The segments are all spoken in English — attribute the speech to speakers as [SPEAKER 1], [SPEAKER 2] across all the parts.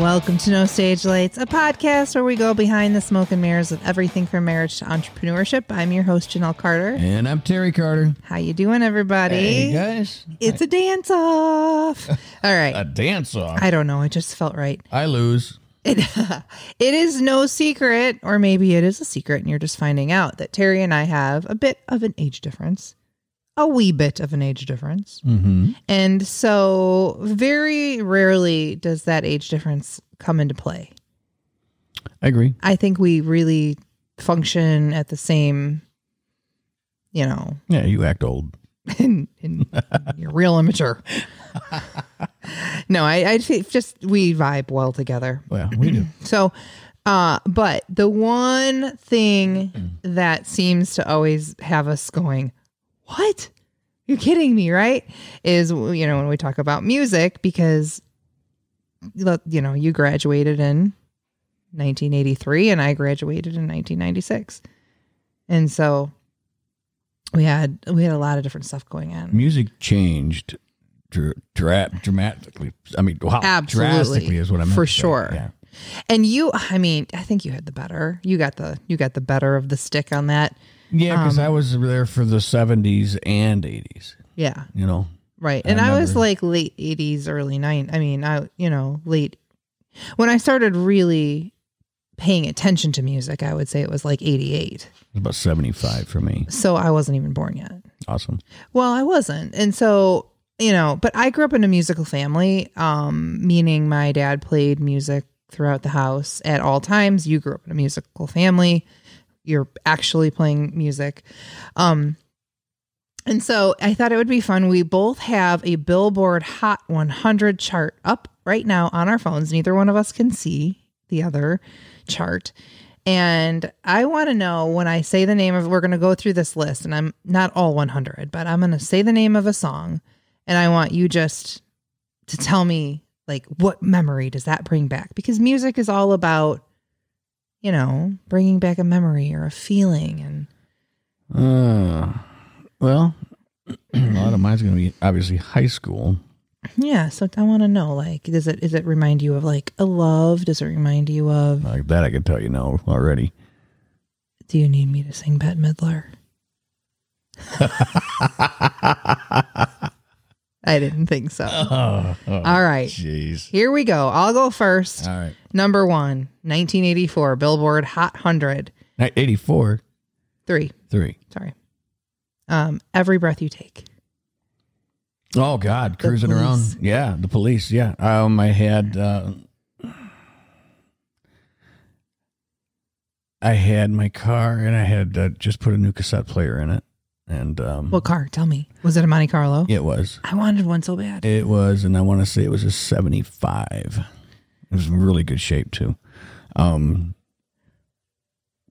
[SPEAKER 1] Welcome to No Stage Lights, a podcast where we go behind the smoke and mirrors of everything from marriage to entrepreneurship. I'm your host Janelle Carter.
[SPEAKER 2] And I'm Terry Carter.
[SPEAKER 1] How you doing, everybody?
[SPEAKER 2] guys.
[SPEAKER 1] It's a dance off. All
[SPEAKER 2] A
[SPEAKER 1] right.
[SPEAKER 2] dance off.
[SPEAKER 1] I don't know. It just felt right.
[SPEAKER 2] I lose.
[SPEAKER 1] It, it is no secret, or maybe it is a secret, and you're just finding out that Terry and I have a bit of an age difference, a wee bit of an age difference.
[SPEAKER 2] Mm-hmm.
[SPEAKER 1] And so, very rarely does that age difference come into play.
[SPEAKER 2] I agree.
[SPEAKER 1] I think we really function at the same, you know,
[SPEAKER 2] Yeah, you act old.
[SPEAKER 1] and, and you're real immature. no, I, I fe- just, we vibe well together.
[SPEAKER 2] Well, we do.
[SPEAKER 1] So, uh, but the one thing that seems to always have us going, what? You're kidding me, right? Is, you know, when we talk about music, because, look, you know, you graduated in 1983 and I graduated in 1996. And so we had, we had a lot of different stuff going on.
[SPEAKER 2] Music changed dra- dra- dramatically. I mean, wow,
[SPEAKER 1] Absolutely.
[SPEAKER 2] drastically is what I meant.
[SPEAKER 1] For
[SPEAKER 2] to say.
[SPEAKER 1] sure.
[SPEAKER 2] Yeah.
[SPEAKER 1] And you, I mean, I think you had the better, you got the, you got the better of the stick on that.
[SPEAKER 2] Yeah, because
[SPEAKER 1] Um,
[SPEAKER 2] I was there for the 70s and 80s,
[SPEAKER 1] Yeah.
[SPEAKER 2] you know?
[SPEAKER 1] Right.
[SPEAKER 2] I
[SPEAKER 1] and I was
[SPEAKER 2] remember.
[SPEAKER 1] like late 80s, early 90s. I mean, I, you know, late. When I started really paying attention to music, I would say it was like 88.
[SPEAKER 2] It was about 75 for me.
[SPEAKER 1] So I wasn't even born yet.
[SPEAKER 2] Awesome.
[SPEAKER 1] Well, I wasn't. And so, you know, but I grew up in a musical family, um, meaning my dad played music throughout the house at all times. You grew up in a musical family. You're actually playing music. Um, and so I thought it would be fun. We both have a Billboard Hot 100 chart up right now on our phones. Neither one of us can see the other chart. And I want to know when I say the name of, we're going to go through this list, and I'm not all 100, but I'm going to say the name of a song, and I want you just to tell me, like, what memory does that bring back? Because music is all about, you know, bringing back a memory or a feeling. And
[SPEAKER 2] Uh, well, a lot of mine's going to be obviously high school.
[SPEAKER 1] yeah, so I want to know, like, does it does it remind you of like a love? Does it remind you of?
[SPEAKER 2] Like that, I can tell you now already.
[SPEAKER 1] Do you need me to sing Bette Midler? I didn't think so.
[SPEAKER 2] Oh,
[SPEAKER 1] All right.
[SPEAKER 2] jeez.
[SPEAKER 1] Here we go. I'll go first.
[SPEAKER 2] All right.
[SPEAKER 1] Number one, 1984, Billboard Hot 100.
[SPEAKER 2] Ni- 84,
[SPEAKER 1] Three,
[SPEAKER 2] 3.
[SPEAKER 1] sorry. Um, Every Breath You Take.
[SPEAKER 2] Oh, God. Cruising around.
[SPEAKER 1] police.
[SPEAKER 2] Yeah. The police. Yeah. Um, I had. Uh, I had my car and I had uh, just put a new cassette player in it. And um,
[SPEAKER 1] What car? Tell me. Was it a Monte Carlo?
[SPEAKER 2] it was.
[SPEAKER 1] I wanted one so bad.
[SPEAKER 2] It was. And I want to say it was a 75. It was in really good shape, too. Um,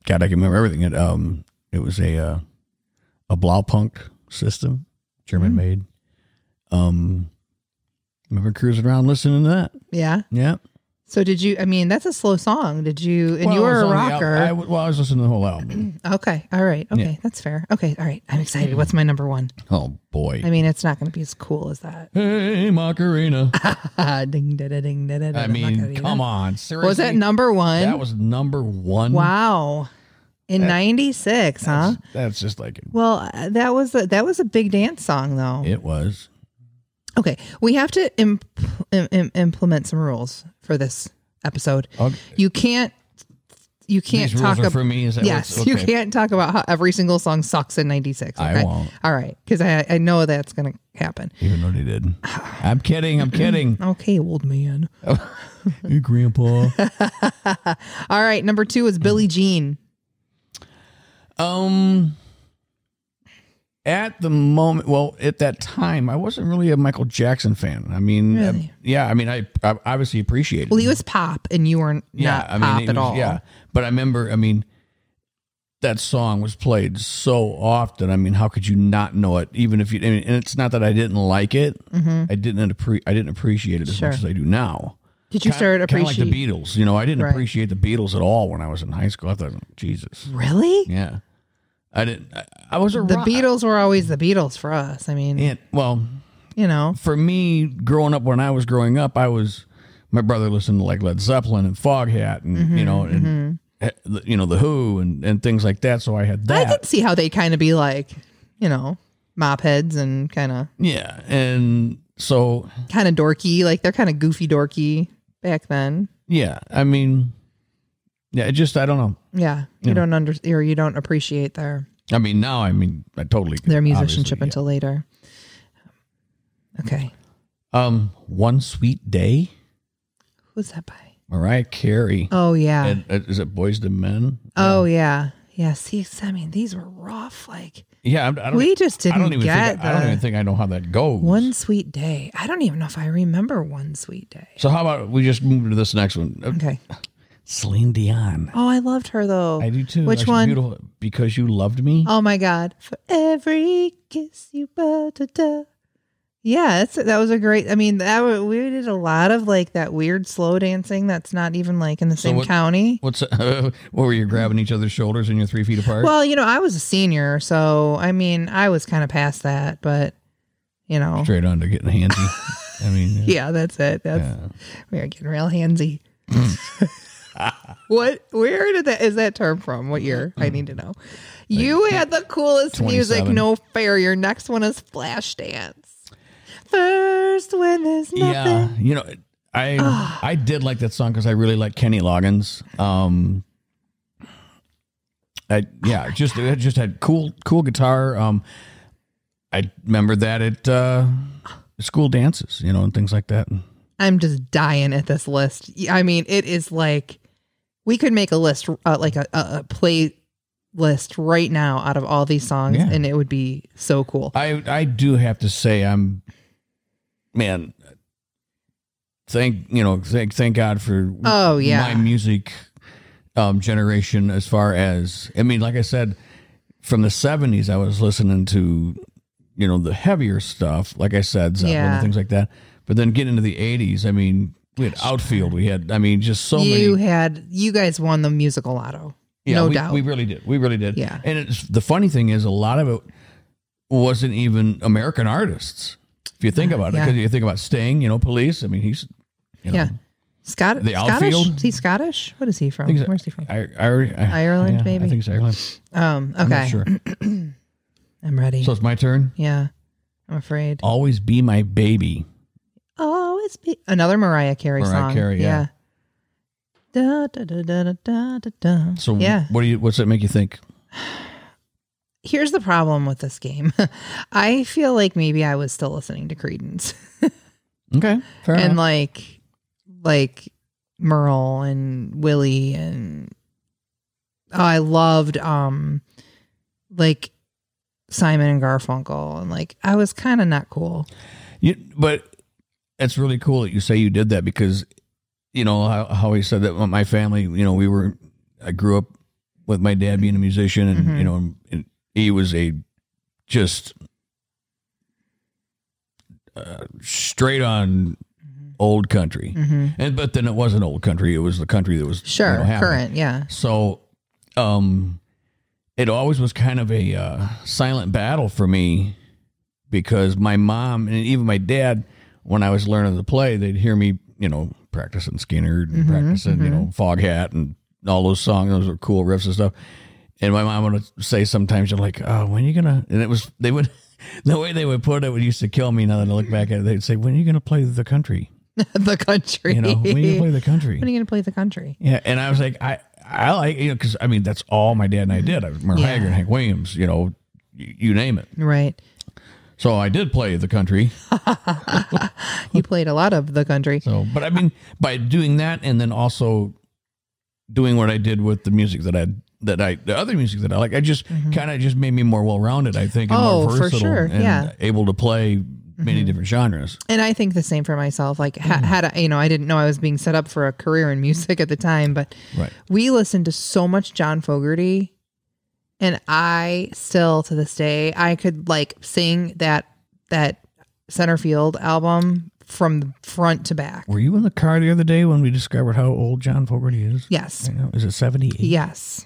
[SPEAKER 2] God, I can remember everything. It, um, it was a uh, a Blaupunk system,
[SPEAKER 1] Mm-hmm.
[SPEAKER 2] German made. Um, remember cruising around listening to that?
[SPEAKER 1] yeah.
[SPEAKER 2] Yeah,
[SPEAKER 1] So did you, I mean, that's a slow song. Did you, and you
[SPEAKER 2] Well, I
[SPEAKER 1] were
[SPEAKER 2] was
[SPEAKER 1] a
[SPEAKER 2] on the al-
[SPEAKER 1] rocker.
[SPEAKER 2] I w- well, I was listening to the whole album.
[SPEAKER 1] okay. All right. Okay.
[SPEAKER 2] Yeah.
[SPEAKER 1] That's fair. Okay. All right. I'm excited. What's my number one?
[SPEAKER 2] oh boy!
[SPEAKER 1] I mean, it's not going to be as cool as that.
[SPEAKER 2] hey, Macarena!
[SPEAKER 1] ding, da, da, ding, da, da, da,
[SPEAKER 2] I mean,
[SPEAKER 1] Macarena.
[SPEAKER 2] come on, seriously.
[SPEAKER 1] Was that number one?
[SPEAKER 2] That was number one.
[SPEAKER 1] wow. In 96, huh?
[SPEAKER 2] That's, that's just like it-
[SPEAKER 1] Well, uh, that was a, that was a big dance song, though.
[SPEAKER 2] it was.
[SPEAKER 1] Okay, we have to imp- im- im- implement some rules for this episode.
[SPEAKER 2] Okay.
[SPEAKER 1] You can't you can't
[SPEAKER 2] Oh. These rules
[SPEAKER 1] talk
[SPEAKER 2] are
[SPEAKER 1] about
[SPEAKER 2] for me. Is that
[SPEAKER 1] yes,
[SPEAKER 2] what's-
[SPEAKER 1] you
[SPEAKER 2] okay.
[SPEAKER 1] can't talk about how every single song sucks in '96. Okay?
[SPEAKER 2] I won't.
[SPEAKER 1] All right, because I I know that's gonna happen.
[SPEAKER 2] Even though they did. I'm kidding. I'm kidding.
[SPEAKER 1] Okay, old man.
[SPEAKER 2] Hey, Grandpa.
[SPEAKER 1] All right, number two is Billie
[SPEAKER 2] Mm.
[SPEAKER 1] Jean.
[SPEAKER 2] Um, at the moment, well, at that time, I wasn't really a Michael Jackson fan. I mean, uh,
[SPEAKER 1] Really?
[SPEAKER 2] yeah, I mean, I, I obviously appreciated.
[SPEAKER 1] Well,
[SPEAKER 2] it.
[SPEAKER 1] he was pop, and you were not
[SPEAKER 2] yeah, I mean,
[SPEAKER 1] pop
[SPEAKER 2] it
[SPEAKER 1] at
[SPEAKER 2] was-
[SPEAKER 1] all.
[SPEAKER 2] Yeah, but I remember, I mean, that song was played so often. I mean, how could you not know it? Even if you, I mean, and it's not that I didn't like it. I didn't appre- I didn't appreciate it as
[SPEAKER 1] Mm-hmm. Sure.
[SPEAKER 2] much as I do now.
[SPEAKER 1] Did you start
[SPEAKER 2] Kind of like
[SPEAKER 1] appreciating?
[SPEAKER 2] the Beatles. You know, I didn't
[SPEAKER 1] Right.
[SPEAKER 2] appreciate the Beatles at all when I was in high school. I thought, Jesus,
[SPEAKER 1] really?
[SPEAKER 2] yeah. I didn't. I, I was a
[SPEAKER 1] The
[SPEAKER 2] rock-
[SPEAKER 1] Beatles were always the Beatles for us. I mean,
[SPEAKER 2] And well,
[SPEAKER 1] you know,
[SPEAKER 2] for me, growing up when I was growing up, I was my brother listened to like Led Zeppelin and Foghat and
[SPEAKER 1] Mm-hmm,
[SPEAKER 2] you know and eh, you know the Who and, and things like that. So I had
[SPEAKER 1] I
[SPEAKER 2] that.
[SPEAKER 1] could see how they kind of be like, you know, mop heads and kind of
[SPEAKER 2] yeah, and so
[SPEAKER 1] kind of dorky. Like they're kind of goofy dorky back then.
[SPEAKER 2] yeah, I mean, yeah, it just I don't know.
[SPEAKER 1] Yeah, you
[SPEAKER 2] Yeah.
[SPEAKER 1] don't under or you don't appreciate their
[SPEAKER 2] I mean, now I mean I totally get
[SPEAKER 1] their
[SPEAKER 2] it,
[SPEAKER 1] musicianship
[SPEAKER 2] obviously,
[SPEAKER 1] until later. Okay,
[SPEAKER 2] yeah. um one sweet day.
[SPEAKER 1] who's that by?
[SPEAKER 2] Mariah Carey.
[SPEAKER 1] Oh yeah,
[SPEAKER 2] And, uh, is it Boys to Men?
[SPEAKER 1] oh yeah, yeah. See, I mean, these were rough. Like
[SPEAKER 2] Yeah, I'm, I don't. e-,
[SPEAKER 1] we just
[SPEAKER 2] I
[SPEAKER 1] didn't
[SPEAKER 2] don't even
[SPEAKER 1] get
[SPEAKER 2] think. I don't
[SPEAKER 1] the
[SPEAKER 2] even think I know how that goes.
[SPEAKER 1] one sweet day. I don't even know if I remember one sweet day.
[SPEAKER 2] So how about we just move to this next one? Uh,
[SPEAKER 1] Okay.
[SPEAKER 2] Celine Dion.
[SPEAKER 1] Oh, I loved her though.
[SPEAKER 2] I do too.
[SPEAKER 1] Which
[SPEAKER 2] That's
[SPEAKER 1] one?
[SPEAKER 2] Beautiful. Because you loved me.
[SPEAKER 1] Oh my God. For every kiss you da, da, da. Yeah, that's, that was a great. I mean, that wa- we did a lot of like that weird slow dancing that's not even like in the
[SPEAKER 2] So
[SPEAKER 1] same
[SPEAKER 2] what-
[SPEAKER 1] county.
[SPEAKER 2] What's what were you grabbing each other's shoulders and you're three feet apart?
[SPEAKER 1] Well, you know, I was a senior, so I mean, I was kind of past that, but you know,
[SPEAKER 2] Straight on to getting handsy. I mean, yeah.
[SPEAKER 1] yeah, that's it. That's we are getting real handsy. what? Where did that? Is that term from? What year?
[SPEAKER 2] Mm-hmm.
[SPEAKER 1] I need to know. You had the coolest music.
[SPEAKER 2] 27.
[SPEAKER 1] No fair. Your next one is Flashdance. First when there's nothing.
[SPEAKER 2] yeah. You know, I I did like that song because I really like Kenny Loggins. Um, I yeah, just it just had cool cool guitar. Um, I remember that at uh, school dances, you know, and things like that.
[SPEAKER 1] I'm just dying at this list. I mean, it is like we could make a list, uh, like a, a, a play list right now out of all these songs,
[SPEAKER 2] Yeah.
[SPEAKER 1] and it would be so cool.
[SPEAKER 2] I I do have to say I'm man thank you know thank thank God for
[SPEAKER 1] Oh, yeah.
[SPEAKER 2] my music um generation as far as I mean like I said from the 70s I was listening to you know the heavier stuff like I said Zeppelin
[SPEAKER 1] Yeah.
[SPEAKER 2] and things like that but then getting into the 80s I mean we had outfield we had I mean just so
[SPEAKER 1] you
[SPEAKER 2] many
[SPEAKER 1] had you guys won the musical lotto,
[SPEAKER 2] yeah,
[SPEAKER 1] no
[SPEAKER 2] we,
[SPEAKER 1] doubt.
[SPEAKER 2] We really did. We really did.
[SPEAKER 1] Yeah.
[SPEAKER 2] And it's the funny thing is a lot of it wasn't even American artists. If you think about it,
[SPEAKER 1] yeah.
[SPEAKER 2] because you think about Sting, you know, police. I mean, he's, you know,
[SPEAKER 1] Yeah. Scott-
[SPEAKER 2] The
[SPEAKER 1] Scottish?
[SPEAKER 2] outfield?
[SPEAKER 1] Is he Scottish? What is he from?
[SPEAKER 2] think so.
[SPEAKER 1] Where's he from?
[SPEAKER 2] I, I, I-
[SPEAKER 1] Ireland,
[SPEAKER 2] yeah,
[SPEAKER 1] maybe?
[SPEAKER 2] I think it's Ireland.
[SPEAKER 1] Um,
[SPEAKER 2] I'm
[SPEAKER 1] okay.
[SPEAKER 2] not sure.
[SPEAKER 1] I'm ready.
[SPEAKER 2] So Oh. it's my turn.
[SPEAKER 1] yeah. I'm afraid.
[SPEAKER 2] Always be my baby.
[SPEAKER 1] Always be another Mariah Carey
[SPEAKER 2] Mariah
[SPEAKER 1] song.
[SPEAKER 2] Carey, yeah.
[SPEAKER 1] Da, da, da, da, da, da, da, da.
[SPEAKER 2] So
[SPEAKER 1] yeah.
[SPEAKER 2] what do you? What's that make you think?
[SPEAKER 1] Here's the problem with this game. I feel like maybe I was still listening to Credence
[SPEAKER 2] Okay, fair
[SPEAKER 1] and
[SPEAKER 2] enough.
[SPEAKER 1] like like Merle and Willie and oh, I loved um like Simon and Garfunkel and like I was kind of not cool.
[SPEAKER 2] You, but it's really cool that you say you did that because, you know, how, how he said that my family, you know, we were, I grew up with my dad being a musician and,
[SPEAKER 1] Mhm.
[SPEAKER 2] you know, and he was a just uh, straight on old country.
[SPEAKER 1] Mm-hmm.
[SPEAKER 2] And, but then it wasn't old country. It was the country that was you
[SPEAKER 1] Sure,
[SPEAKER 2] know, happening.
[SPEAKER 1] current, yeah.
[SPEAKER 2] So, um, it always was kind of a uh, silent battle for me because my mom and even my dad, when I was learning to play, they'd hear me, you know, practicing Skinner and
[SPEAKER 1] Mhm,
[SPEAKER 2] practicing, you know, Foghat and all those songs. Those were cool riffs and stuff. And my mom would say sometimes, "You're like, oh, when are you gonna?" And it was they would. The way they would put it would used to kill me. Now that I look back at it, they'd say, "When are you going to play the country?"
[SPEAKER 1] the country.
[SPEAKER 2] You know, when are you going to play the country?
[SPEAKER 1] When are you going to play the country?
[SPEAKER 2] Yeah, and I was like, I, I like you know, because I mean, that's all my dad and I did. I was Merle
[SPEAKER 1] Yeah.
[SPEAKER 2] Haggard, Hank Williams, you know, you, you name it.
[SPEAKER 1] Right.
[SPEAKER 2] So I did play the country.
[SPEAKER 1] You played a lot of the country.
[SPEAKER 2] So, but I mean, by doing that, and then also doing what I did with the music that I that I the other music that I like, I just kind of just made me more well rounded. I think, and
[SPEAKER 1] Mm-hmm. Oh,
[SPEAKER 2] more
[SPEAKER 1] for
[SPEAKER 2] versatile,
[SPEAKER 1] sure,
[SPEAKER 2] and
[SPEAKER 1] yeah. Mm-hmm.
[SPEAKER 2] able to play many different genres.
[SPEAKER 1] And I think the same for myself. Like,
[SPEAKER 2] Mm.
[SPEAKER 1] ha- had I, you know, I didn't know I was being set up for a career in music at the time, but
[SPEAKER 2] Right.
[SPEAKER 1] we listened to so much John Fogerty. And I still, to this day, I could like sing that, that center field album from front to back.
[SPEAKER 2] Were you in the car the other day when we discovered how old John Fogerty is?
[SPEAKER 1] Yes.
[SPEAKER 2] You know, is it seventy eight?
[SPEAKER 1] Yes.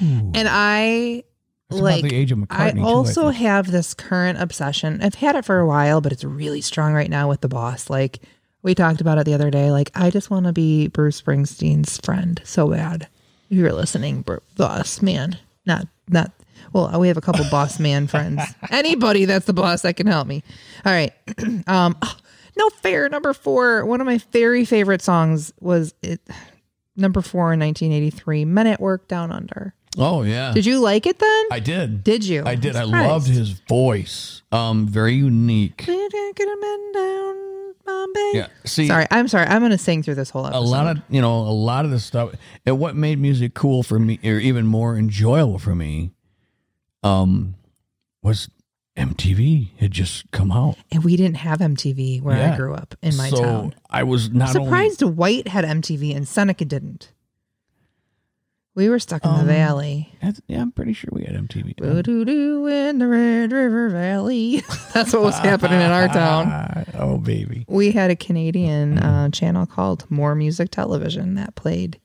[SPEAKER 1] And I,
[SPEAKER 2] That's about
[SPEAKER 1] like,
[SPEAKER 2] the age of McCartney. too,
[SPEAKER 1] I also
[SPEAKER 2] think.
[SPEAKER 1] have this current obsession. I've had it for a while, but it's really strong right now with the boss. Like, We talked about it the other day. Like, I just want to be Bruce Springsteen's friend so bad. If you're listening, Bru- boss man, not not. Well, we have a couple boss man friends. Anybody that's the boss that can help me. All right. um, oh, no fair. Number four. One of my very favorite songs was it. Number four in 1983, Men at Work Down Under.
[SPEAKER 2] Oh yeah,
[SPEAKER 1] Did you like it then?
[SPEAKER 2] I did.
[SPEAKER 1] Did you?
[SPEAKER 2] I did. I
[SPEAKER 1] I'm
[SPEAKER 2] loved
[SPEAKER 1] surprised.
[SPEAKER 2] his voise. Um, very unique.
[SPEAKER 1] We didn't get 'em in down Bombay.
[SPEAKER 2] Yeah. See,
[SPEAKER 1] Sorry, I'm sorry. I'm gonna sing through this whole episode.
[SPEAKER 2] a lot of you know a lot of the stuff and what made music cool for me or even more enjoyable for me um was mtv had just come out
[SPEAKER 1] and we didn't have MTV where
[SPEAKER 2] Yeah.
[SPEAKER 1] I grew up in my
[SPEAKER 2] so
[SPEAKER 1] town.
[SPEAKER 2] i was not
[SPEAKER 1] Surprised White had MTV and Seneca didn't. We were stuck in the
[SPEAKER 2] Um,
[SPEAKER 1] valley.
[SPEAKER 2] only yeah i'm pretty sure we had mtv
[SPEAKER 1] Boo doo doo in the Red River Valley. That's what was happening in our town.
[SPEAKER 2] oh baby
[SPEAKER 1] We had a Canadian uh, channel called More Music Television that played.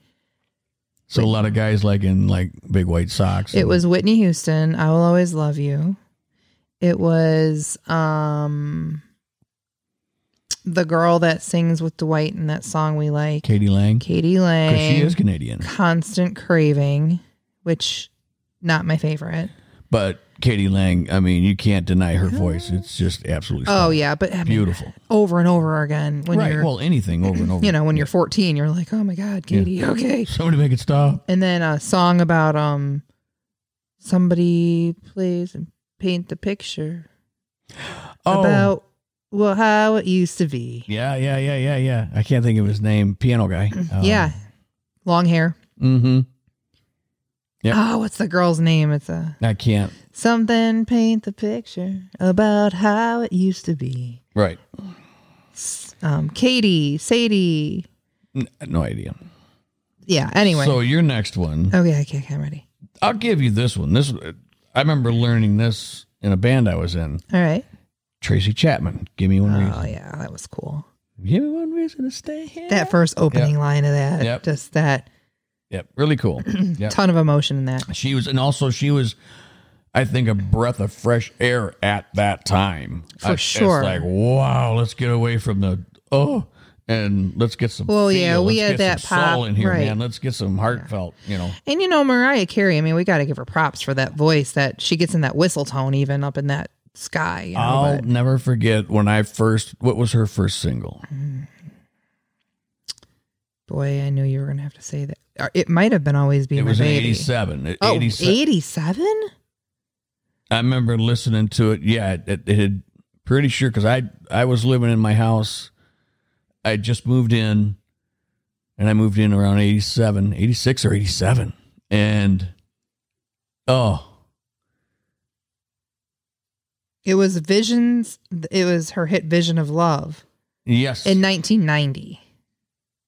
[SPEAKER 2] so a lot of guys like in like big white socks
[SPEAKER 1] It
[SPEAKER 2] and-
[SPEAKER 1] was Whitney Houston. I will always love you. It was um the girl that sings with Dwight in that song we like,
[SPEAKER 2] katie lang
[SPEAKER 1] Katie Lang.
[SPEAKER 2] because she is canadian
[SPEAKER 1] Constant craving, which not my favorite.
[SPEAKER 2] but katie lang i mean you can't deny her voice it's just absolutely
[SPEAKER 1] Oh
[SPEAKER 2] stunning.
[SPEAKER 1] yeah, but I mean,
[SPEAKER 2] beautiful
[SPEAKER 1] over and over again when
[SPEAKER 2] right
[SPEAKER 1] you're
[SPEAKER 2] well anything over and over
[SPEAKER 1] you know when you're 14, you're like, oh my god, Katie, okay.
[SPEAKER 2] somebody make it stop
[SPEAKER 1] and then a song about um somebody plays and paint the picture
[SPEAKER 2] Oh.
[SPEAKER 1] about well how it used to be
[SPEAKER 2] Yeah, yeah, yeah, yeah, yeah. I can't think of his name. Piano guy. Um,
[SPEAKER 1] Mm-hmm. yeah long hair
[SPEAKER 2] Mm-hmm. Yeah.
[SPEAKER 1] oh what's the girl's name it's a
[SPEAKER 2] I can't.
[SPEAKER 1] something paint the picture about how it used to be
[SPEAKER 2] Right.
[SPEAKER 1] S- um katie sadie
[SPEAKER 2] N- No idea.
[SPEAKER 1] yeah anyway
[SPEAKER 2] So your next one,
[SPEAKER 1] okay okay okay, i'm ready
[SPEAKER 2] I'll give you this one. This I remember learning this in a band I was in.
[SPEAKER 1] all right
[SPEAKER 2] Tracy Chapman. Give me one
[SPEAKER 1] oh
[SPEAKER 2] reason.
[SPEAKER 1] yeah that was cool
[SPEAKER 2] Give me one reason to stay here.
[SPEAKER 1] that first opening line of that
[SPEAKER 2] Yep.
[SPEAKER 1] just that
[SPEAKER 2] Yep. Really cool. yep.
[SPEAKER 1] ton of emotion in that
[SPEAKER 2] She was, and also she was, I think, a breath of fresh air at that time.
[SPEAKER 1] For
[SPEAKER 2] I-
[SPEAKER 1] sure.
[SPEAKER 2] It's like, wow, let's get away from the oh, and let's get some.
[SPEAKER 1] Well,
[SPEAKER 2] feel.
[SPEAKER 1] yeah, we
[SPEAKER 2] Let's
[SPEAKER 1] had
[SPEAKER 2] get
[SPEAKER 1] that
[SPEAKER 2] some soul
[SPEAKER 1] pop,
[SPEAKER 2] in here,
[SPEAKER 1] right.
[SPEAKER 2] man. Let's get some heartfelt. You know,
[SPEAKER 1] And you know, Mariah Carey, I mean, we got to give her props for that voice that she gets in that whistle tone, even up in that sky. You know,
[SPEAKER 2] I'll
[SPEAKER 1] but-
[SPEAKER 2] never forget when I first. What was her first single?
[SPEAKER 1] Mm. boy, I knew you were going to have to say that. Or It might have been always be
[SPEAKER 2] It
[SPEAKER 1] my
[SPEAKER 2] was in
[SPEAKER 1] baby.
[SPEAKER 2] '87.
[SPEAKER 1] Oh,
[SPEAKER 2] 87.
[SPEAKER 1] 87?
[SPEAKER 2] I remember listening to it. Yeah, it, it, it had pretty sure because I I was living in my house. I had just moved in, and I moved in around 87, 86 or eighty seven, and oh
[SPEAKER 1] It was Visions. It was her hit Vision of Love
[SPEAKER 2] yes,
[SPEAKER 1] in 1990.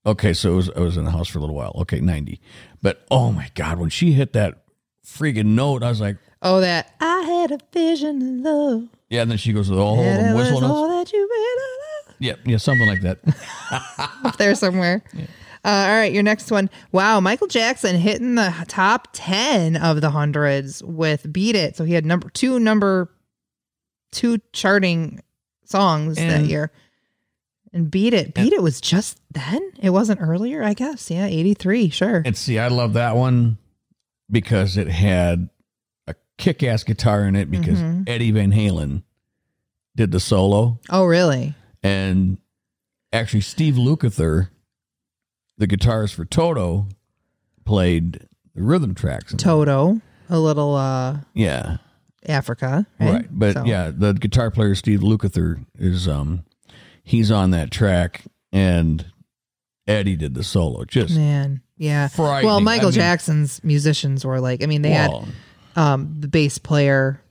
[SPEAKER 2] okay. So it was I was in the house for a little while. Okay, ninety, but oh my god, when she hit that freaking note, I was like,
[SPEAKER 1] Oh, that I had a vision of love.
[SPEAKER 2] yeah. And then she goes with all
[SPEAKER 1] and
[SPEAKER 2] the
[SPEAKER 1] it was
[SPEAKER 2] whistle
[SPEAKER 1] all
[SPEAKER 2] notes.
[SPEAKER 1] that you made.
[SPEAKER 2] Yeah, yeah, something like that.
[SPEAKER 1] Up there somewhere. Uh, all right, your next one. Wow, Michael Jackson hitting the top 10 of the hundreds with Beat It. So he had number two, number two charting songs that
[SPEAKER 2] And-
[SPEAKER 1] year. And Beat It. Beat It was just then? It wasn't earlier, I guess. Yeah, 83, sure.
[SPEAKER 2] And see, I love that one because it had a kick ass guitar in it because
[SPEAKER 1] Mhm.
[SPEAKER 2] Eddie Van Halen did the solo.
[SPEAKER 1] Oh, really?
[SPEAKER 2] And actually, Steve Lukather, the guitarist for Toto, played the rhythm tracks. in it.
[SPEAKER 1] Toto, a little uh
[SPEAKER 2] yeah.
[SPEAKER 1] Africa. Right.
[SPEAKER 2] Right. But
[SPEAKER 1] So-
[SPEAKER 2] yeah, the guitar player Steve Lukather is um he's on that track and Eddie did the solo. Just
[SPEAKER 1] Man. Yeah.
[SPEAKER 2] frightening.
[SPEAKER 1] Well, Michael
[SPEAKER 2] I mean,
[SPEAKER 1] Jackson's musicians were like, I mean, they had
[SPEAKER 2] well,
[SPEAKER 1] um, the bass player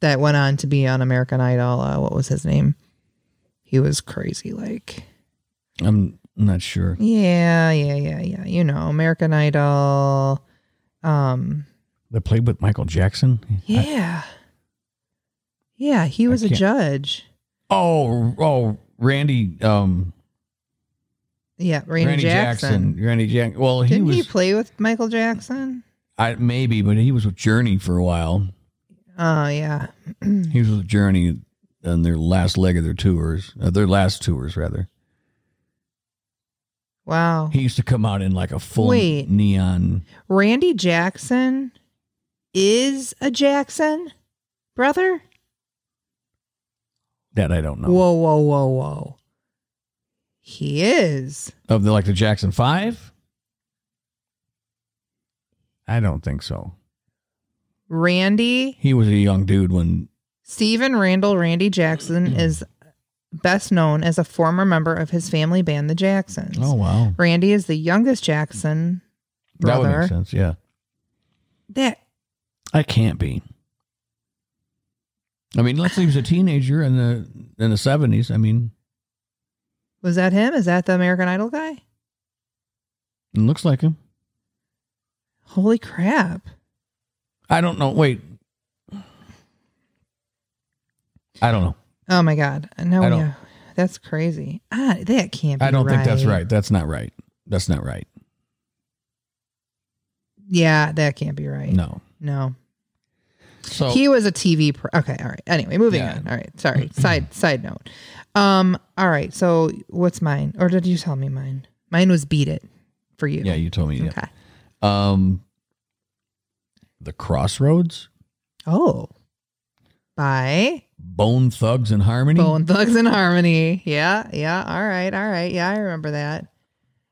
[SPEAKER 1] that went on to be on American Idol. Uh, what was his name? He was crazy. Like,
[SPEAKER 2] I'm not sure.
[SPEAKER 1] yeah, yeah, yeah, yeah. You know, American Idol. Um,
[SPEAKER 2] that played with Michael Jackson. I-
[SPEAKER 1] yeah, yeah. He was a
[SPEAKER 2] can't-
[SPEAKER 1] judge.
[SPEAKER 2] oh, oh, Randy, um,
[SPEAKER 1] Yeah, Randy,
[SPEAKER 2] Randy,
[SPEAKER 1] Jackson.
[SPEAKER 2] Jackson. Randy Jackson. Well, he
[SPEAKER 1] Didn't
[SPEAKER 2] was
[SPEAKER 1] he play with Michael Jackson?
[SPEAKER 2] I, maybe, but he was with Journey for a while.
[SPEAKER 1] Oh yeah.
[SPEAKER 2] He was with Journey on their last leg of their tours, uh, their last tours rather.
[SPEAKER 1] Wow.
[SPEAKER 2] He used to come out in like a full
[SPEAKER 1] Wait.
[SPEAKER 2] neon.
[SPEAKER 1] Randy Jackson is a Jackson brother?
[SPEAKER 2] That I don't know
[SPEAKER 1] Whoa, whoa, whoa, whoa. He is.
[SPEAKER 2] of the like the Jackson Five. I don't think so.
[SPEAKER 1] Randy,
[SPEAKER 2] He was a young dude when
[SPEAKER 1] Stephen Randall Randy Jackson is best known as a former member of his family band, the Jacksons.
[SPEAKER 2] Oh wow,
[SPEAKER 1] Randy is the youngest Jackson
[SPEAKER 2] that would
[SPEAKER 1] brother.
[SPEAKER 2] make sense. Yeah,
[SPEAKER 1] That
[SPEAKER 2] I can't be. I mean, unless he was a teenager in the in the seventies. I mean,
[SPEAKER 1] was that him? Is that the American Idol guy?
[SPEAKER 2] it looks like him.
[SPEAKER 1] Holy crap.
[SPEAKER 2] I don't know. Wait, I don't know.
[SPEAKER 1] Oh my god. No,
[SPEAKER 2] I don't-
[SPEAKER 1] yeah. That's crazy. Ah, that can't be
[SPEAKER 2] I don't think that's right. That's not right. That's not right.
[SPEAKER 1] Yeah, that can't be right.
[SPEAKER 2] No.
[SPEAKER 1] No.
[SPEAKER 2] So
[SPEAKER 1] He was a TV pro- Okay, all right. Anyway, moving
[SPEAKER 2] Yeah.
[SPEAKER 1] on. All right. Sorry. side side note. Um all right. So what's mine? Or did you tell me mine? Mine was beat it for you.
[SPEAKER 2] yeah, you told me. Yeah.
[SPEAKER 1] Okay.
[SPEAKER 2] Um, the Crossroads,
[SPEAKER 1] Oh. Bye.
[SPEAKER 2] Bone Thugs and Harmony.
[SPEAKER 1] Bone Thugs and Harmony. Yeah, yeah. All right, all right. Yeah, I remember that.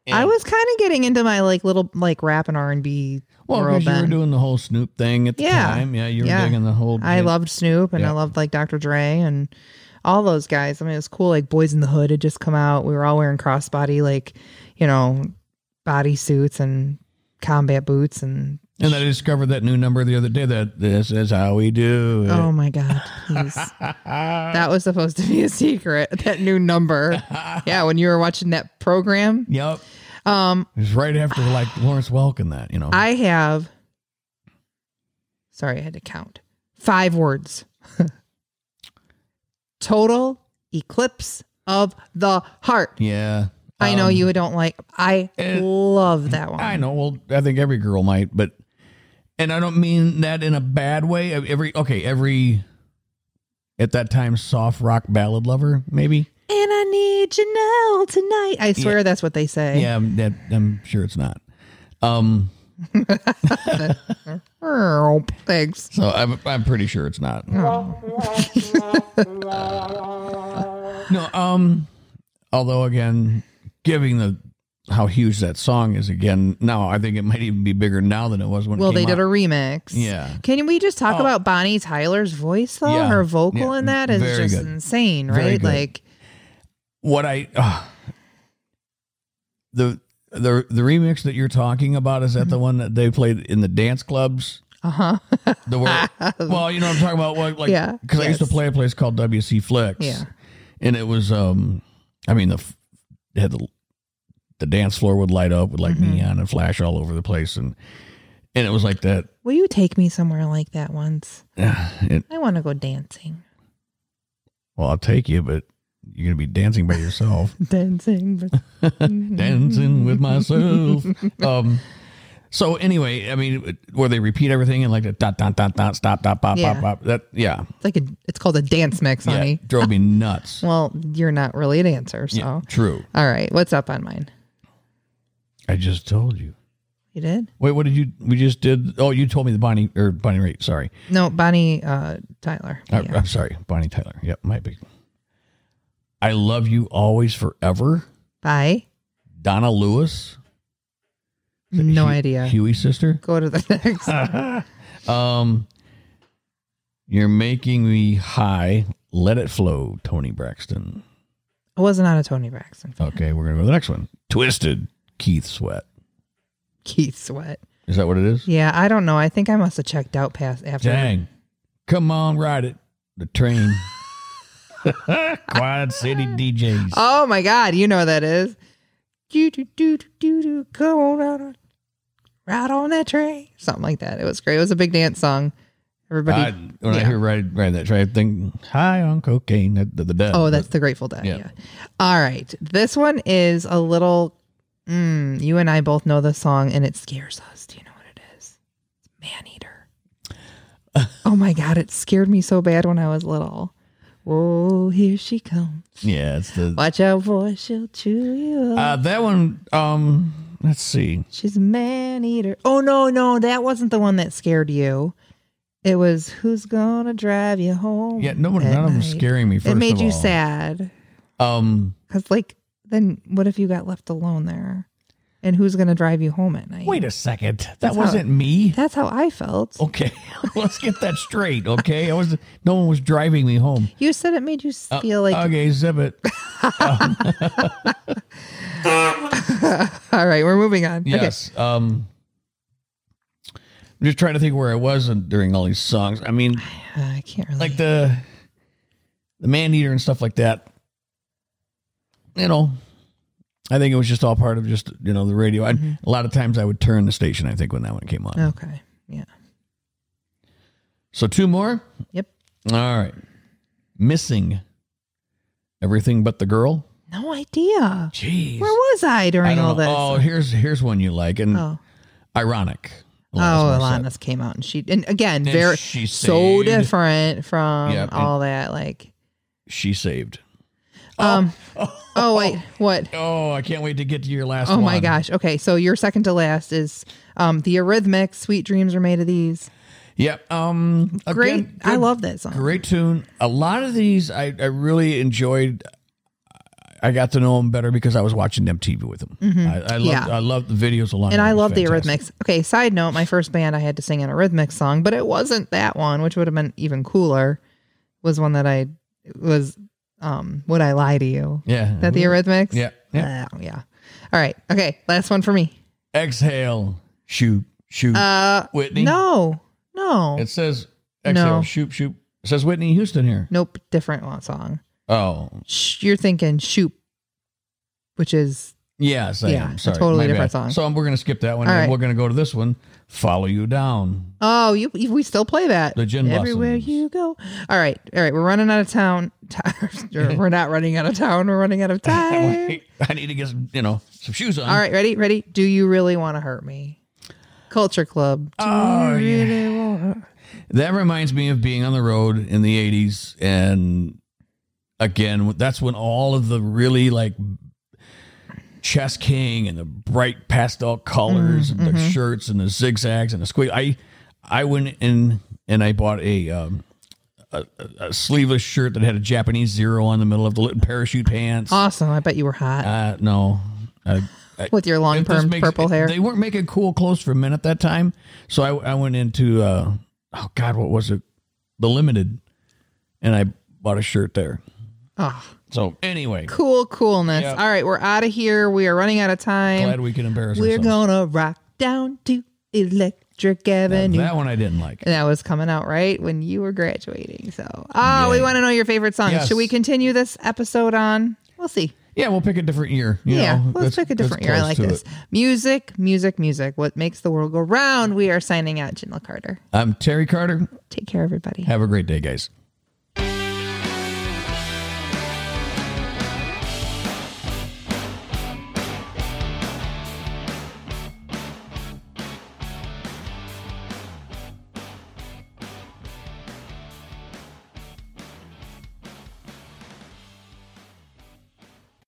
[SPEAKER 1] I
[SPEAKER 2] And-
[SPEAKER 1] was kind of getting into my like little like rap and R and B.
[SPEAKER 2] well
[SPEAKER 1] world
[SPEAKER 2] because you were
[SPEAKER 1] then.
[SPEAKER 2] doing the whole Snoop thing at the
[SPEAKER 1] Yeah.
[SPEAKER 2] time. Yeah, you were
[SPEAKER 1] Yeah.
[SPEAKER 2] digging the whole.
[SPEAKER 1] I loved Snoop and
[SPEAKER 2] Yeah.
[SPEAKER 1] I loved like Dr. Dre and all those guys. I mean, it was cool. Like Boys in the Hood had just come out. We were all wearing crossbody like you know body suits and combat boots and
[SPEAKER 2] And then I discovered that new number the other day. That this is how we do. It.
[SPEAKER 1] oh my god, please. that was supposed to be a secret. That new number. Yeah, when you were watching that program.
[SPEAKER 2] Yep.
[SPEAKER 1] Um,
[SPEAKER 2] It was right after like Lawrence Welk and that. You know.
[SPEAKER 1] I have. Sorry, I had to count. Five words. Total eclipse of the heart.
[SPEAKER 2] yeah.
[SPEAKER 1] I know
[SPEAKER 2] Um,
[SPEAKER 1] you don't like. I
[SPEAKER 2] eh,
[SPEAKER 1] love that one.
[SPEAKER 2] I know. Well, I think every girl might, but and I don't mean that in a bad way. Every okay, every at that time soft rock ballad lover, maybe.
[SPEAKER 1] And I need you now tonight. I swear that's what they say.
[SPEAKER 2] Yeah, I'm, that, I'm sure it's not. Um,
[SPEAKER 1] Oh, thanks.
[SPEAKER 2] so I'm I'm pretty sure it's not. no, um, although again, giving the how huge that song is again now, I think it might even be bigger now than it was when.
[SPEAKER 1] Well,
[SPEAKER 2] it
[SPEAKER 1] they
[SPEAKER 2] came
[SPEAKER 1] did a
[SPEAKER 2] out.
[SPEAKER 1] remix.
[SPEAKER 2] Yeah.
[SPEAKER 1] Can we just talk
[SPEAKER 2] Oh.
[SPEAKER 1] about Bonnie Tyler's voice though?
[SPEAKER 2] Yeah.
[SPEAKER 1] Her vocal
[SPEAKER 2] Yeah.
[SPEAKER 1] in that is
[SPEAKER 2] Very
[SPEAKER 1] just
[SPEAKER 2] good.
[SPEAKER 1] insane,
[SPEAKER 2] Very
[SPEAKER 1] right?
[SPEAKER 2] good.
[SPEAKER 1] Like,
[SPEAKER 2] what I ah. the the the remix that you're talking about is that
[SPEAKER 1] Mm-hmm.
[SPEAKER 2] the one that they played in the dance clubs.
[SPEAKER 1] uh huh.
[SPEAKER 2] The word, well, you know what I'm talking about. What, like,
[SPEAKER 1] Yeah,
[SPEAKER 2] because I used to
[SPEAKER 1] yes.
[SPEAKER 2] play a place called WC Flex.
[SPEAKER 1] Yeah.
[SPEAKER 2] and it was um, I mean the f- they had the the dance floor would light up with like
[SPEAKER 1] Mhm.
[SPEAKER 2] neon and flash all over the place, and and it was like that.
[SPEAKER 1] Will you take me somewhere like that once?
[SPEAKER 2] It,
[SPEAKER 1] I want to go dancing.
[SPEAKER 2] well, I'll take you, but you're gonna be dancing by yourself.
[SPEAKER 1] Dancing. but- Mm-hmm.
[SPEAKER 2] dancing with myself. Um, so anyway, I mean, where they repeat everything and like the dot dot dot dot stop dot pop
[SPEAKER 1] Yeah.
[SPEAKER 2] pop pop. That yeah,
[SPEAKER 1] It's like a, it's called a dance mix,
[SPEAKER 2] yeah
[SPEAKER 1] honey.
[SPEAKER 2] drove me nuts.
[SPEAKER 1] Well, you're not really a dancer, so.
[SPEAKER 2] Yeah, true.
[SPEAKER 1] All right, what's up on mine?
[SPEAKER 2] I just told you.
[SPEAKER 1] You did?
[SPEAKER 2] Wait, what did you? We just did. Oh, you told me the Bonnie or Bonnie Raitt. Sorry,
[SPEAKER 1] No, Bonnie uh, Tyler.
[SPEAKER 2] I,
[SPEAKER 1] Yeah.
[SPEAKER 2] I'm sorry, Bonnie Tyler. Yep, my big. I love you always forever,
[SPEAKER 1] Bye.
[SPEAKER 2] Donna Lewis.
[SPEAKER 1] No
[SPEAKER 2] Hu-
[SPEAKER 1] idea.
[SPEAKER 2] Huey's sister.
[SPEAKER 1] go to the next.
[SPEAKER 2] Um, you're making me high. Let it flow, Tony Braxton.
[SPEAKER 1] I was not a Tony Braxton. fan.
[SPEAKER 2] Okay, we're gonna go to the next one. Twisted, Keith Sweat.
[SPEAKER 1] Keith Sweat.
[SPEAKER 2] Is that what it is?
[SPEAKER 1] Yeah, I don't know. I think I must have checked out past after.
[SPEAKER 2] Dang, come on, ride it. The train. Quad City DJs.
[SPEAKER 1] Oh my God, you know what that is. Do do do do do do. Come on out, on- ride on that train. Something like that. It was great. It was a big dance song. Everybody.
[SPEAKER 2] I, when I
[SPEAKER 1] yeah.
[SPEAKER 2] hear ride, ride that train, I think high on cocaine. The, the, the dead.
[SPEAKER 1] oh, that's the Grateful Dead.
[SPEAKER 2] Yeah.
[SPEAKER 1] Yeah. All right. This one is a little. Mm, you and I both know the song, and it scares us. Do you know what it is? It's Man Eater. oh my God! It scared me so bad when I was little. Whoa, here she comes.
[SPEAKER 2] Yeah, it's the
[SPEAKER 1] Watch out for her, she'll chew you up.
[SPEAKER 2] uh, that one. Um, let's see.
[SPEAKER 1] She's a man eater. Oh no, no, that wasn't the one that scared you. It was who's gonna drive you home.
[SPEAKER 2] Yeah, no one,
[SPEAKER 1] at
[SPEAKER 2] none of them
[SPEAKER 1] night."
[SPEAKER 2] scaring me. First
[SPEAKER 1] It made
[SPEAKER 2] of
[SPEAKER 1] you
[SPEAKER 2] all.
[SPEAKER 1] sad
[SPEAKER 2] Um,
[SPEAKER 1] because, like, then what if you got left alone there? And who's gonna drive you home at night?
[SPEAKER 2] wait a Oh. second. That
[SPEAKER 1] That's how-
[SPEAKER 2] wasn't me.
[SPEAKER 1] that's how I felt.
[SPEAKER 2] Okay, let's get that straight. Okay, I was no one was driving me home.
[SPEAKER 1] You said it made you s-
[SPEAKER 2] Uh,
[SPEAKER 1] feel like.
[SPEAKER 2] okay, zip it.
[SPEAKER 1] All right, we're moving on.
[SPEAKER 2] uh, Yes. Um, I'm just trying to think where I was in- during all these songs. I mean,
[SPEAKER 1] Okay, Uh, I can't really.
[SPEAKER 2] like the the man eater and stuff like that. You know, I think it was just all part of just you know the radio. I, A lot of times I would turn the station. I think when that one came on.
[SPEAKER 1] okay. Yeah.
[SPEAKER 2] So two more.
[SPEAKER 1] Yep.
[SPEAKER 2] All right. Missing everything but the girl.
[SPEAKER 1] No idea.
[SPEAKER 2] Jeez.
[SPEAKER 1] Where was I
[SPEAKER 2] I
[SPEAKER 1] during
[SPEAKER 2] don't
[SPEAKER 1] all
[SPEAKER 2] know.
[SPEAKER 1] this?
[SPEAKER 2] Oh, here's here's one you like and
[SPEAKER 1] oh.
[SPEAKER 2] ironic.
[SPEAKER 1] Oh,
[SPEAKER 2] Alanis Morissette.
[SPEAKER 1] Alanis came out and she and again
[SPEAKER 2] And
[SPEAKER 1] very
[SPEAKER 2] she
[SPEAKER 1] so
[SPEAKER 2] saved.
[SPEAKER 1] different from
[SPEAKER 2] Yep, and-
[SPEAKER 1] all that like
[SPEAKER 2] She saved.
[SPEAKER 1] um oh, wait what
[SPEAKER 2] Oh, I can't wait to get to your last
[SPEAKER 1] oh
[SPEAKER 2] one.
[SPEAKER 1] my gosh okay so your second to last is um the Eurythmics Sweet Dreams Are Made of These
[SPEAKER 2] Yep. Um again,
[SPEAKER 1] great I
[SPEAKER 2] good-
[SPEAKER 1] love that song
[SPEAKER 2] great tune. A lot of these I, I really enjoyed I got to know them better because I was watching MTV with them. I, I loved
[SPEAKER 1] Mm-hmm. Yeah.
[SPEAKER 2] I loved the videos a lot.
[SPEAKER 1] and I love the
[SPEAKER 2] Fantastic.
[SPEAKER 1] Eurythmics okay side note my first band I had to sing an Eurythmics song but it wasn't that one which would have been even cooler was one that I was um Would I Lie to You
[SPEAKER 2] Yeah. Mm-hmm.
[SPEAKER 1] that the Eurythmics
[SPEAKER 2] Yeah. yeah.
[SPEAKER 1] Oh, yeah all right okay last one for me
[SPEAKER 2] Exhale. Shoot. Shoot.
[SPEAKER 1] uh
[SPEAKER 2] Whitney.
[SPEAKER 1] No, no,
[SPEAKER 2] It says exhale.
[SPEAKER 1] No.
[SPEAKER 2] Shoot. Shoot. It says Whitney Houston here.
[SPEAKER 1] nope, different one song.
[SPEAKER 2] Oh,
[SPEAKER 1] Sh- you're thinking "Shoop," which is
[SPEAKER 2] Yes, I
[SPEAKER 1] Yeah,
[SPEAKER 2] am.
[SPEAKER 1] a
[SPEAKER 2] Sorry,
[SPEAKER 1] totally
[SPEAKER 2] my
[SPEAKER 1] different song.
[SPEAKER 2] bad. So we're going to skip that one,
[SPEAKER 1] All
[SPEAKER 2] and
[SPEAKER 1] right.
[SPEAKER 2] we're going to go to this one. Follow you down.
[SPEAKER 1] oh, you, you- we still play that.
[SPEAKER 2] The Gin
[SPEAKER 1] Everywhere
[SPEAKER 2] Blossoms.
[SPEAKER 1] you go. All right, all right, we're running out of town. Or we're not running out of town. We're running out of time.
[SPEAKER 2] Wait, I need to get some, you know some shoes on.
[SPEAKER 1] all right, ready, ready. Do you really want to hurt me? Culture Club. Do
[SPEAKER 2] Oh,
[SPEAKER 1] you really wanna-
[SPEAKER 2] That reminds me of being on the road in the '80s, and again, that's when all of the really like chess king and the bright pastel colors and the shirts and the zigzags and the squeak. I I went in and I bought a. Um, a, a, a sleeveless shirt that had a Japanese zero on the middle of the lit- parachute pants.
[SPEAKER 1] Awesome. I bet you were hot
[SPEAKER 2] Uh, no. I, I,
[SPEAKER 1] with your long
[SPEAKER 2] Uh, it just
[SPEAKER 1] perm
[SPEAKER 2] makes-
[SPEAKER 1] purple hair.
[SPEAKER 2] They weren't making cool clothes for men at that time. So I, I went into, uh, oh God, what was it? The Limited. And I bought a shirt there.
[SPEAKER 1] oh,
[SPEAKER 2] So anyway,
[SPEAKER 1] cool coolness.
[SPEAKER 2] Yeah.
[SPEAKER 1] All right, we're out of here. We are running out of time.
[SPEAKER 2] glad we can embarrass
[SPEAKER 1] We're
[SPEAKER 2] ourselves.
[SPEAKER 1] gonna rock down to Electric
[SPEAKER 2] And
[SPEAKER 1] Avenue.
[SPEAKER 2] that one I didn't like.
[SPEAKER 1] and that was coming out right when you were graduating. So, oh, we
[SPEAKER 2] Yay.
[SPEAKER 1] want to know your favorite songs.
[SPEAKER 2] Yes.
[SPEAKER 1] Should we continue this episode on? We'll see.
[SPEAKER 2] Yeah, we'll pick a different year. you
[SPEAKER 1] yeah,
[SPEAKER 2] know,
[SPEAKER 1] let's
[SPEAKER 2] that's-
[SPEAKER 1] pick a different
[SPEAKER 2] that's
[SPEAKER 1] year. I
[SPEAKER 2] close
[SPEAKER 1] like
[SPEAKER 2] to
[SPEAKER 1] this.
[SPEAKER 2] it.
[SPEAKER 1] Music, music, music. What makes the world go round? We are signing out, Janelle Carter.
[SPEAKER 2] I'm Terry Carter.
[SPEAKER 1] Take care, everybody.
[SPEAKER 2] Have a great day, guys.